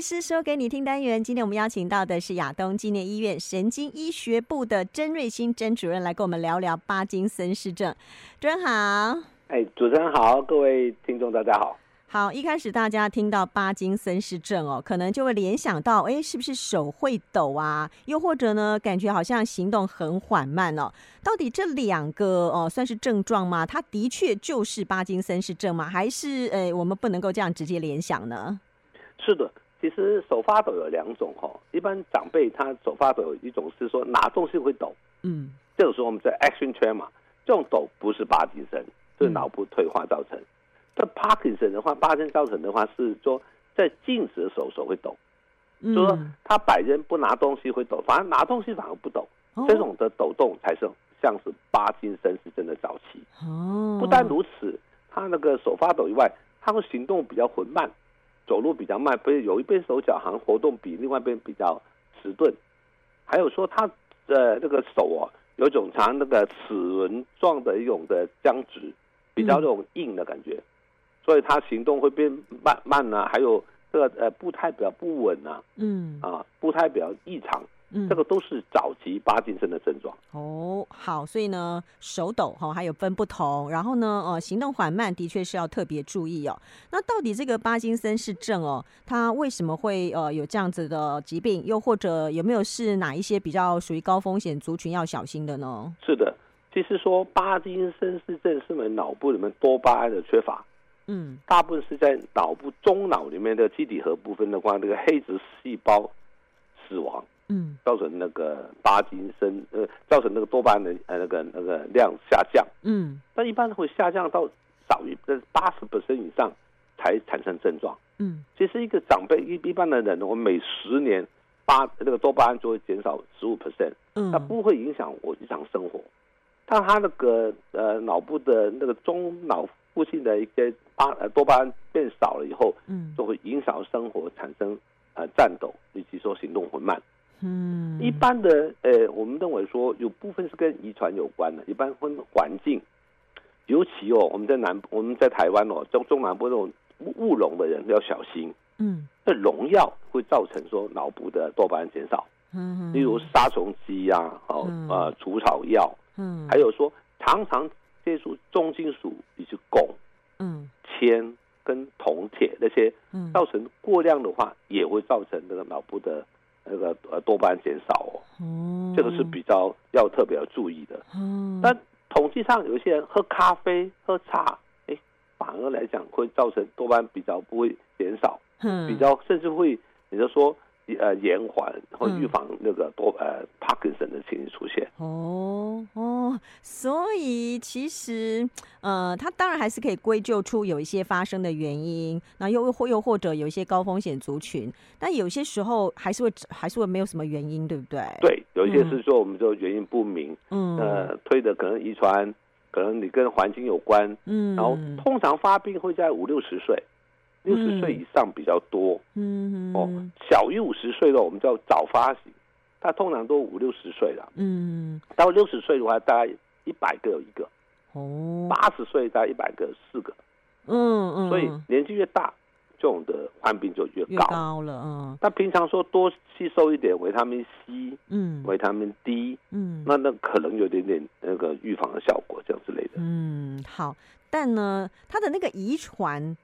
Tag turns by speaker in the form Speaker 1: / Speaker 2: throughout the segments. Speaker 1: 师说给你听单元，今天我们邀请到的是亚东纪念医院神经医学部的甄瑞欣甄主任来跟我们聊聊巴金森氏症。主任好，
Speaker 2: 哎，主持人好，各位听众大家好。
Speaker 1: 好，一开始大家听到巴金森氏症哦，可能就会联想到，哎，是不是手会抖啊？又或者呢，感觉好像行动很缓慢哦。到底这两个哦，算是症状吗？它的确就是巴金森氏症吗？还是呃，我们不能够这样直接联想呢？
Speaker 2: 是的，其实手发抖有两种哈、哦，一般长辈他手发抖有一种是说拿东西会抖，
Speaker 1: 嗯，
Speaker 2: 这种时候我们叫 action tremor，这种抖不是巴金森，是脑部退化造成。那帕金森的话，帕金造成的话是说，在静止的时候手会抖，
Speaker 1: 嗯
Speaker 2: 就说他摆人不拿东西会抖，反而拿东西反而不抖，
Speaker 1: 哦
Speaker 2: 这种的抖动才是像是巴金森氏症的早期。
Speaker 1: 哦，
Speaker 2: 不但如此，他那个手发抖以外，他会行动比较缓慢，走路比较慢，不是有一边手脚好像活动比另外一边比较迟钝，还有说他的那个手哦，有一种常那个齿轮状的一种的僵直，比较那种硬的感觉，所以他行动会变慢慢啊，还有这个呃步态比较不稳啊，
Speaker 1: 嗯
Speaker 2: 啊步态比较异常，
Speaker 1: 嗯
Speaker 2: 这个都是早期巴金森的症状。
Speaker 1: 哦，好，所以呢，手抖哈、还有分不同，然后呢，呃，行动缓慢的确是要特别注意哦。那到底这个巴金森氏症哦，它为什么会呃有这样子的疾病？又或者有没有是哪一些比较属于高风险族群要小心的呢？
Speaker 2: 是的，其实说巴金森氏症是我们脑部里面多巴胺的缺乏，
Speaker 1: 嗯
Speaker 2: 大部分是在脑部中脑里面的基底核部分的话，那个黑质细胞死亡，
Speaker 1: 嗯
Speaker 2: 造成那个巴金森呃，造成那个多巴胺的呃那个那个量下降，
Speaker 1: 嗯
Speaker 2: 但一般会下降到少于呃八十以上才产生症状。
Speaker 1: 嗯
Speaker 2: 其实一个长辈一一般的人，我每十年八那个多巴胺就会减少十五 percent。它
Speaker 1: 嗯
Speaker 2: 不会影响我日常生活。但它那个呃脑部的那个中脑附近的一些巴呃多巴胺变少了以后，
Speaker 1: 嗯
Speaker 2: 就会影响生活，产生呃战斗以及说行动缓慢。
Speaker 1: 嗯，
Speaker 2: 一般的呃，我们认为说有部分是跟遗传有关的，一般跟环境，尤其哦我们在南我们在台湾哦中中南部这种务务农的人要小心，
Speaker 1: 嗯
Speaker 2: 那农药会造成说脑部的多巴胺减少，
Speaker 1: 嗯，
Speaker 2: 例如杀虫剂呀、哦
Speaker 1: 嗯
Speaker 2: 呃除草药。
Speaker 1: 嗯
Speaker 2: 还有说常常接触重金属，以及汞、
Speaker 1: 嗯
Speaker 2: 铅跟铜、铁那些，
Speaker 1: 嗯
Speaker 2: 造成过量的话，也会造成那个脑部的那个呃多巴胺减少哦，
Speaker 1: 哦
Speaker 2: 这个是比较要特别要注意的。
Speaker 1: 哦
Speaker 2: 但统计上有一些人喝咖啡、喝茶，哎，反而来讲会造成多巴胺比较不会减少，
Speaker 1: 嗯
Speaker 2: 比较甚至会也就说呃延缓或
Speaker 1: 嗯
Speaker 2: 预防那个多呃帕金森的情形出现。
Speaker 1: 哦哦，所以其实呃，它当然还是可以归咎出有一些发生的原因，那又或又或者有一些高风险族群，但有些时候还是会还是会没有什么原因，对不对？，
Speaker 2: 对，有一些
Speaker 1: 嗯
Speaker 2: 是说我们就原因不明，
Speaker 1: 嗯
Speaker 2: 呃，推的可能遗传，可能你跟环境有关，
Speaker 1: 嗯，
Speaker 2: 然后通常发病会在五六十岁，六十岁以上比较多、
Speaker 1: 嗯
Speaker 2: 哦，小于五十岁的我们叫早发型，它通常都五六十岁了，
Speaker 1: 嗯
Speaker 2: 到六十岁的话大概一百个有一个，
Speaker 1: 哦，
Speaker 2: 八十岁大概一百个有四个，
Speaker 1: 嗯嗯，
Speaker 2: 所以年纪越大，这种的患病就越
Speaker 1: 越
Speaker 2: 高。
Speaker 1: 高了，嗯
Speaker 2: 那平常说多吸收一点维他命 C、
Speaker 1: 嗯
Speaker 2: 维他命 D，
Speaker 1: 嗯
Speaker 2: 那那可能有点点那个预防的效果，这样之类的。
Speaker 1: 嗯好，但呢，它的那个遗传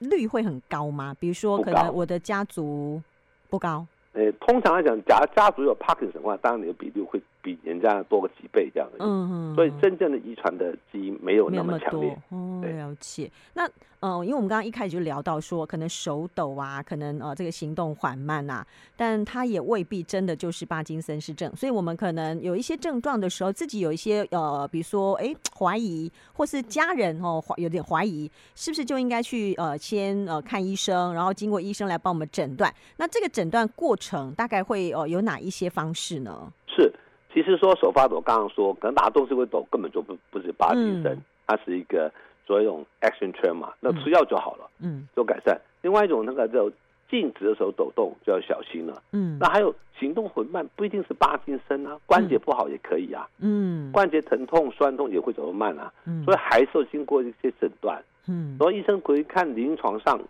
Speaker 1: 率会很高吗？比如说，
Speaker 2: 不
Speaker 1: 可能
Speaker 2: 高
Speaker 1: 我的家族不高。
Speaker 2: 呃，通常来讲，假如家族有 Parkinson 的话，当然你的比例会比人家多个几倍这样的。
Speaker 1: 嗯，
Speaker 2: 所以真正的遗传的基因没有
Speaker 1: 没
Speaker 2: 那
Speaker 1: 有
Speaker 2: 么强烈
Speaker 1: 多。哦，
Speaker 2: 对
Speaker 1: 了解。那呃，因为我们刚刚一开始就聊到说，可能手抖啊，可能呃这个行动缓慢啊，但它也未必真的就是帕金森氏症，所以我们可能有一些症状的时候，自己有一些呃，比如说哎怀疑，或是家人哦怀有点怀疑，是不是就应该去呃先呃看医生，然后经过医生来帮我们诊断？那这个诊断过程大概会呃有哪一些方式呢？
Speaker 2: 是，其实说手发抖，刚刚说可能拿东西会抖，根本就不不是巴金森，
Speaker 1: 嗯
Speaker 2: 它是一个所以用 action tremor，那
Speaker 1: 嗯
Speaker 2: 吃药就好了，
Speaker 1: 嗯
Speaker 2: 就改善。另外一种那个叫静止的时候抖动就要小心了。
Speaker 1: 嗯
Speaker 2: 那还有行动缓慢，不一定是巴金森啊，关节不好也可以啊，
Speaker 1: 嗯
Speaker 2: 关节疼痛、酸痛也会走得慢啊，
Speaker 1: 嗯
Speaker 2: 所以还是要经过一些诊断。
Speaker 1: 嗯
Speaker 2: 然后医生可以看临床上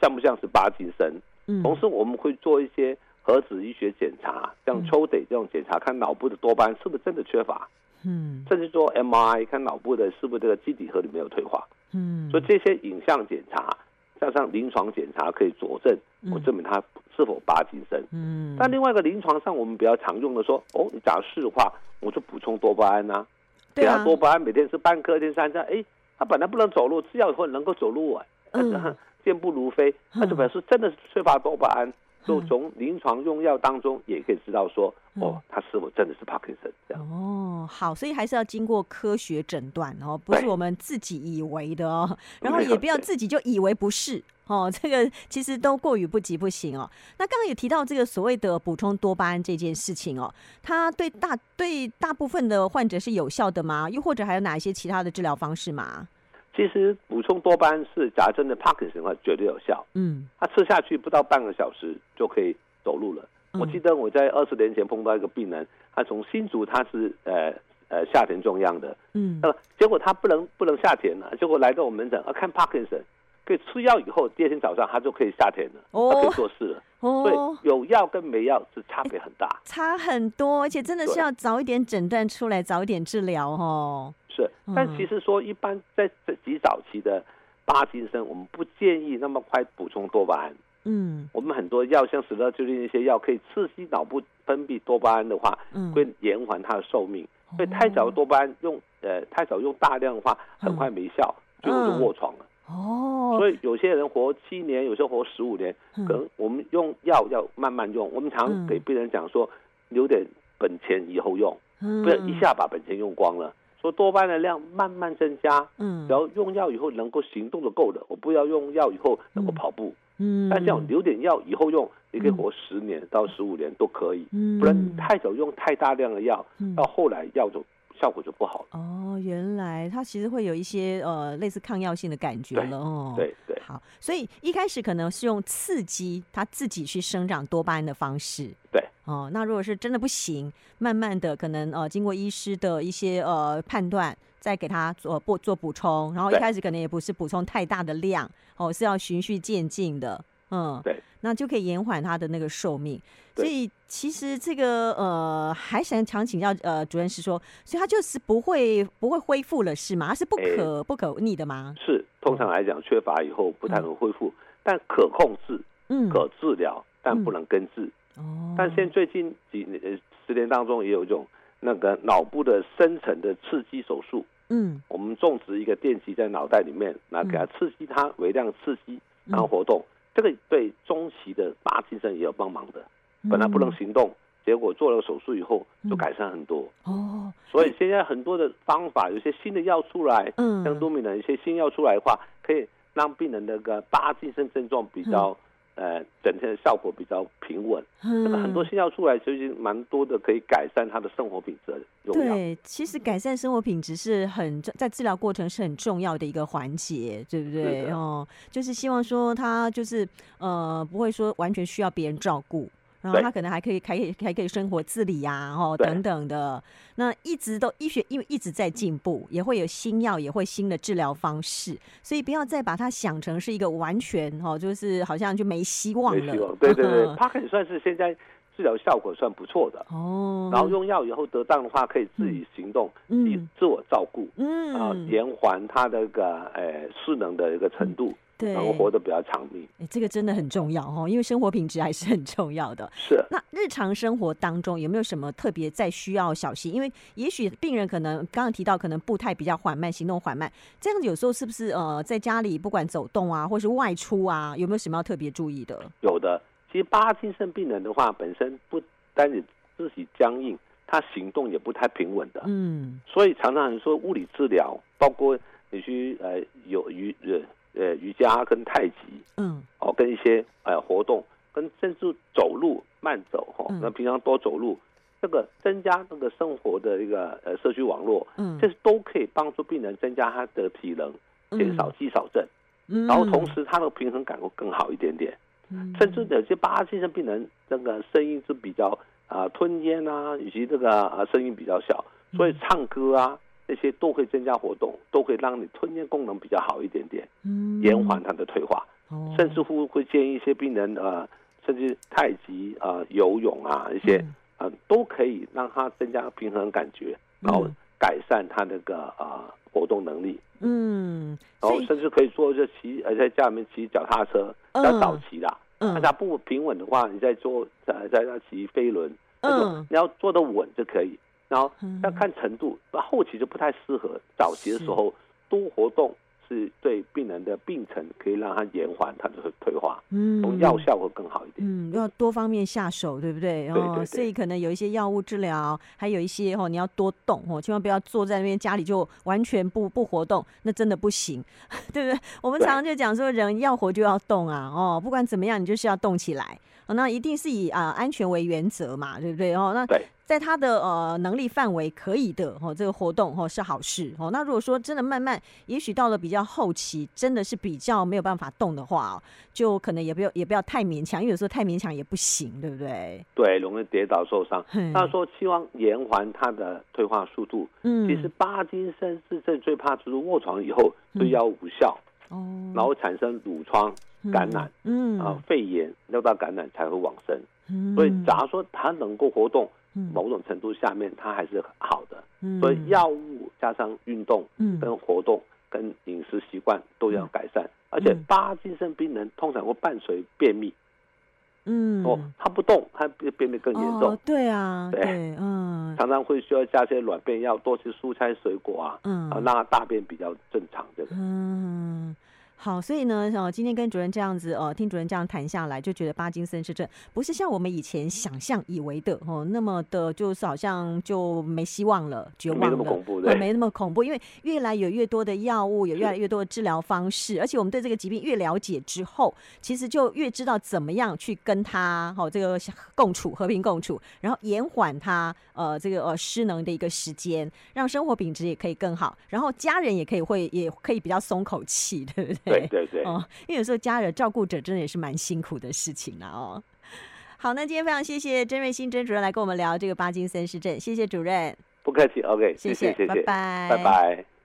Speaker 2: 像不像是巴金森，
Speaker 1: 嗯，
Speaker 2: 同时我们会做一些核子医学检查，像
Speaker 1: 嗯
Speaker 2: 抽得这种检查，看脑部的多巴胺是不是真的缺乏，
Speaker 1: 嗯
Speaker 2: 甚至做 MRI 看脑部的是不是这个基底核里面有退化。
Speaker 1: 嗯，
Speaker 2: 所以这些影像检查加上临床检查可以佐证，我
Speaker 1: 嗯
Speaker 2: 证明他是否帕金森。
Speaker 1: 嗯，
Speaker 2: 但另外一个临床上我们比较常用的说，哦，你假如的话，我就补充多巴胺呐、
Speaker 1: 对
Speaker 2: 给
Speaker 1: 啊
Speaker 2: 他多巴胺，每天吃半颗，一天三餐，哎，他本来不能走路，吃药以后能够走路啊，
Speaker 1: 嗯
Speaker 2: 健步如飞，那就表示真的是缺乏多巴胺。就
Speaker 1: 嗯
Speaker 2: 从临床用药当中也可以知道说，
Speaker 1: 嗯
Speaker 2: 哦，他是否真的是帕金森这样。
Speaker 1: 哦，好，所以还是要经过科学诊断哦，不是
Speaker 2: 对
Speaker 1: 我们自己以为的哦，然后
Speaker 2: 没
Speaker 1: 也
Speaker 2: 有
Speaker 1: 不要
Speaker 2: 对啊
Speaker 1: 自己就以为不是哦， 这个其实都过于不及不行哦。那刚刚也提到这个所谓的补充多巴胺这件事情哦，它对大对大部分的患者是有效的吗？又或者还有哪一些其他的治疗方式吗？
Speaker 2: 其实补充多巴胺是假如真的帕金森的话绝对有效，
Speaker 1: 嗯，
Speaker 2: 他吃下去不到半个小时就可以走路了。我
Speaker 1: 嗯
Speaker 2: 记得我在二十年前碰到一个病人，他从新竹他是呃呃下田中央的，
Speaker 1: 嗯
Speaker 2: 那么结果他不能不能下田了，结果来到我们门诊啊看帕金森，可以吃药以后，第二天早上他就可以下田了，
Speaker 1: 哦
Speaker 2: 他可以做事了。所
Speaker 1: 哦
Speaker 2: 以，有药跟没药是差别很大，
Speaker 1: 差很多，而且真的是
Speaker 2: 对
Speaker 1: 要早一点诊断出来，早一点治疗哦。
Speaker 2: 是
Speaker 1: 嗯。
Speaker 2: 但其实说一般在在极早期的帕金森，我们不建议那么快补充多巴胺。
Speaker 1: 嗯
Speaker 2: 我们很多药像十乐就近一些药可以刺激脑部分泌多巴胺的话，
Speaker 1: 嗯，
Speaker 2: 会延缓它的寿命。所以太早
Speaker 1: 哦
Speaker 2: 多巴胺用呃太早用大量的话，很快没效，
Speaker 1: 嗯
Speaker 2: 最后就卧床了。
Speaker 1: 哦，
Speaker 2: 所以有些人活七年，有些活十五年，
Speaker 1: 嗯
Speaker 2: 可能我们用药要慢慢用。我
Speaker 1: 嗯
Speaker 2: 们常给病人讲说，留点本钱以后用，不要
Speaker 1: 嗯
Speaker 2: 一下把本钱用光了。说多巴胺的量慢慢增加，
Speaker 1: 嗯，
Speaker 2: 然后用药以后能够行动的够了，我不要用药以后能够
Speaker 1: 嗯
Speaker 2: 跑步。
Speaker 1: 嗯，
Speaker 2: 但这样留点药以后用，你可以活十年到十五年都可以。
Speaker 1: 嗯，
Speaker 2: 不然太早用太大量的药，
Speaker 1: 嗯
Speaker 2: 到后来药就效果就不好了。
Speaker 1: 哦，原来它其实会有一些呃类似抗药性的感觉
Speaker 2: 对
Speaker 1: 了哦。，
Speaker 2: 对 对
Speaker 1: 好，所以一开始可能是用刺激它自己去生长多巴胺的方式。
Speaker 2: 对，
Speaker 1: 哦，那如果是真的不行，慢慢的可能呃经过医师的一些呃判断。再给它做补做补充，然后一
Speaker 2: 对
Speaker 1: 开始可能也不是补充太大的量哦，是要循序渐进的，嗯，
Speaker 2: 对，
Speaker 1: 那就可以延缓它的那个寿命。所
Speaker 2: 对
Speaker 1: 以其实这个呃，还想想请教呃主任是说，所以它就是不会不会恢复了是吗？它是不
Speaker 2: 哎
Speaker 1: 可、不可逆的吗？
Speaker 2: 是通常来讲缺乏以后不太能恢复，但可控制、
Speaker 1: 嗯，
Speaker 2: 可治疗，但不能根治。
Speaker 1: 哦，
Speaker 2: 但现最近几年呃十年当中，也有一种那个脑部的深层的刺激手术，
Speaker 1: 嗯
Speaker 2: 我们种植一个电极在脑袋里面，那给它刺激它微量刺激，
Speaker 1: 嗯
Speaker 2: 然后活动。这个对中期的帕金森也有帮忙的，本来不能
Speaker 1: 嗯
Speaker 2: 行动，结果做了手术以后
Speaker 1: 嗯
Speaker 2: 就改善很多。
Speaker 1: 哦，
Speaker 2: 所以现在很多的方法，有些新的药出来，
Speaker 1: 嗯，
Speaker 2: 像多米的一些新药出来的话，可以让病人的个巴金森症状比较、呃整天的效果比较平稳。那么很多
Speaker 1: 嗯嗯
Speaker 2: 新药出来，其实蛮多的可以改善他的生活品质的用药。
Speaker 1: 对，其实改善生活品质是很重在治疗过程是很重要的一个环节，对不对？
Speaker 2: 的
Speaker 1: 哦，就是希望说他就是呃不会说完全需要别人照顾。然后
Speaker 2: 对
Speaker 1: 他可能还可以，还可以，还可以生活自理呀、哦
Speaker 2: 对
Speaker 1: 等等的。那一直都医学，因为一直在进步，也会有新药，也会新的治疗方式，所以不要再把它想成是一个完全哦，就是好像就没希望
Speaker 2: 没
Speaker 1: 了。嗯
Speaker 2: 希望。对对对，帕肯算是现在治疗效果算不错的。
Speaker 1: 哦，
Speaker 2: 然后用药以后得当的话，可以自己行动，
Speaker 1: 嗯
Speaker 2: 自己自我照顾，
Speaker 1: 嗯
Speaker 2: 啊、延缓他的一个呃势能的一个程度，
Speaker 1: 对，
Speaker 2: 然后活得比较长命。
Speaker 1: 诶这个真的很重要哦，因为生活品质还是很重要的。
Speaker 2: 是。
Speaker 1: 那日常生活当中有没有什么特别在需要小心？因为也许病人可能刚刚提到，可能步态比较缓慢，行动缓慢，这样子有时候是不是呃，在家里不管走动啊，或是外出啊，有没有什么要特别注意的？
Speaker 2: 有的，其实帕金森病人的话，本身不单只自己僵硬，他行动也不太平稳的，
Speaker 1: 嗯
Speaker 2: 所以常常说物理治疗，包括你去呃有瑜呃呃瑜伽跟太极
Speaker 1: 嗯
Speaker 2: 哦，跟一些呃活动，跟甚至走路慢走哦
Speaker 1: 嗯，
Speaker 2: 那平常多走路，这个增加那个生活的一个呃社区网络，
Speaker 1: 嗯，
Speaker 2: 这都可以帮助病人增加他的体能，减少肌少症，
Speaker 1: 嗯，
Speaker 2: 然后同时他的平衡感会更好一点点。
Speaker 1: 嗯，
Speaker 2: 甚至有些巴金森病人那个声音是比较啊、吞咽啊，以及这个啊声音比较小，所
Speaker 1: 嗯
Speaker 2: 以唱歌啊那些都会增加活动，都会让你吞咽功能比较好一点点，
Speaker 1: 嗯
Speaker 2: 延缓，它的退化。
Speaker 1: 哦
Speaker 2: 甚至乎会建议一些病人呃甚至太极啊、呃游泳啊一些
Speaker 1: 嗯
Speaker 2: 啊、呃都可以让他增加平衡感觉，然后
Speaker 1: 嗯
Speaker 2: 改善他那个啊、呃活动能力，
Speaker 1: 嗯，
Speaker 2: 然
Speaker 1: 所
Speaker 2: 后
Speaker 1: 以
Speaker 2: 甚至可以做就骑呃在家里面骑脚踏车，
Speaker 1: 嗯
Speaker 2: 要早骑啦。那
Speaker 1: 嗯
Speaker 2: 它不平稳的话，你再做呃再要骑飞轮，那种
Speaker 1: 嗯，
Speaker 2: 你要做的稳就可以。然后
Speaker 1: 嗯
Speaker 2: 要看程度，那后期就不太适合。早期的时候多活动是对病人的病程可以让它延缓它的退化，从
Speaker 1: 嗯，
Speaker 2: 药效会更好一点。
Speaker 1: 嗯，要多方面下手，对不对？哦
Speaker 2: 对对
Speaker 1: 所以可能有一些药物治疗，还有一些哦，你要多动哦，千万不要坐在那边家里就完全不不活动，那真的不行，对不对？我们
Speaker 2: 对
Speaker 1: 常常就讲说，人要活就要动啊，哦，不管怎么样，你就是要动起来。哦、那一定是以啊、安全为原则嘛，对不对？哦，那
Speaker 2: 对
Speaker 1: 在他的呃能力范围可以的哦，这个活动哦是好事哦。那如果说真的慢慢，也许到了比较后期，真的是比较没有办法动的话、哦，就可能也不要也不要太勉强，因为有时候太勉强也不行，对不对？
Speaker 2: 对，容易跌倒受伤。
Speaker 1: 嘿
Speaker 2: 他说希望延缓它的退化速度。
Speaker 1: 嗯，
Speaker 2: 其实巴金森氏症最怕就是卧床以后
Speaker 1: 嗯
Speaker 2: 对药无效，
Speaker 1: 哦，
Speaker 2: 然后产生褥疮感染
Speaker 1: 嗯，嗯
Speaker 2: 啊、，肺炎、尿道感染才会往生。
Speaker 1: 嗯
Speaker 2: 所以假如说它能够活动，
Speaker 1: 嗯
Speaker 2: 某种程度下面它还是好的。
Speaker 1: 嗯
Speaker 2: 所以药物加上运动、
Speaker 1: 嗯
Speaker 2: 跟活动、跟饮食习惯都要改善。而且巴金森病人通常会伴随便秘，
Speaker 1: 嗯
Speaker 2: 哦，他不动，他便便秘更严重，
Speaker 1: 哦，对啊，
Speaker 2: 对
Speaker 1: 对，嗯
Speaker 2: 常常会需要加些软便药，多吃蔬菜水果啊，
Speaker 1: 嗯，
Speaker 2: 啊，让他大便比较正常。这个
Speaker 1: 嗯，好，所以呢，哦，今天跟主任这样子，呃，听主任这样谈下来，就觉得巴金森氏症不是像我们以前想象以为的哦，那么的，就是好像就没希望了，绝望
Speaker 2: 没
Speaker 1: 了，
Speaker 2: 那么恐怖，
Speaker 1: 呃
Speaker 2: 对，
Speaker 1: 没那么恐怖，因为越来有越多的药物，有
Speaker 2: 是
Speaker 1: 越来越多的治疗方式，而且我们对这个疾病越了解之后，其实就越知道怎么样去跟它哦这个共处和平共处，然后延缓它呃这个呃失能的一个时间，让生活品质也可以更好，然后家人也可以会也可以比较松口气，对不
Speaker 2: 对对对。
Speaker 1: 哦，因为有时候家人照顾者真的也是蛮辛苦的事情啦哦。好，那今天非常谢谢甄瑞欣甄主任来跟我们聊这个巴金森氏症，谢谢主任，
Speaker 2: 不客气，OK，谢
Speaker 1: 谢，
Speaker 2: 谢谢，
Speaker 1: 拜拜，
Speaker 2: 拜拜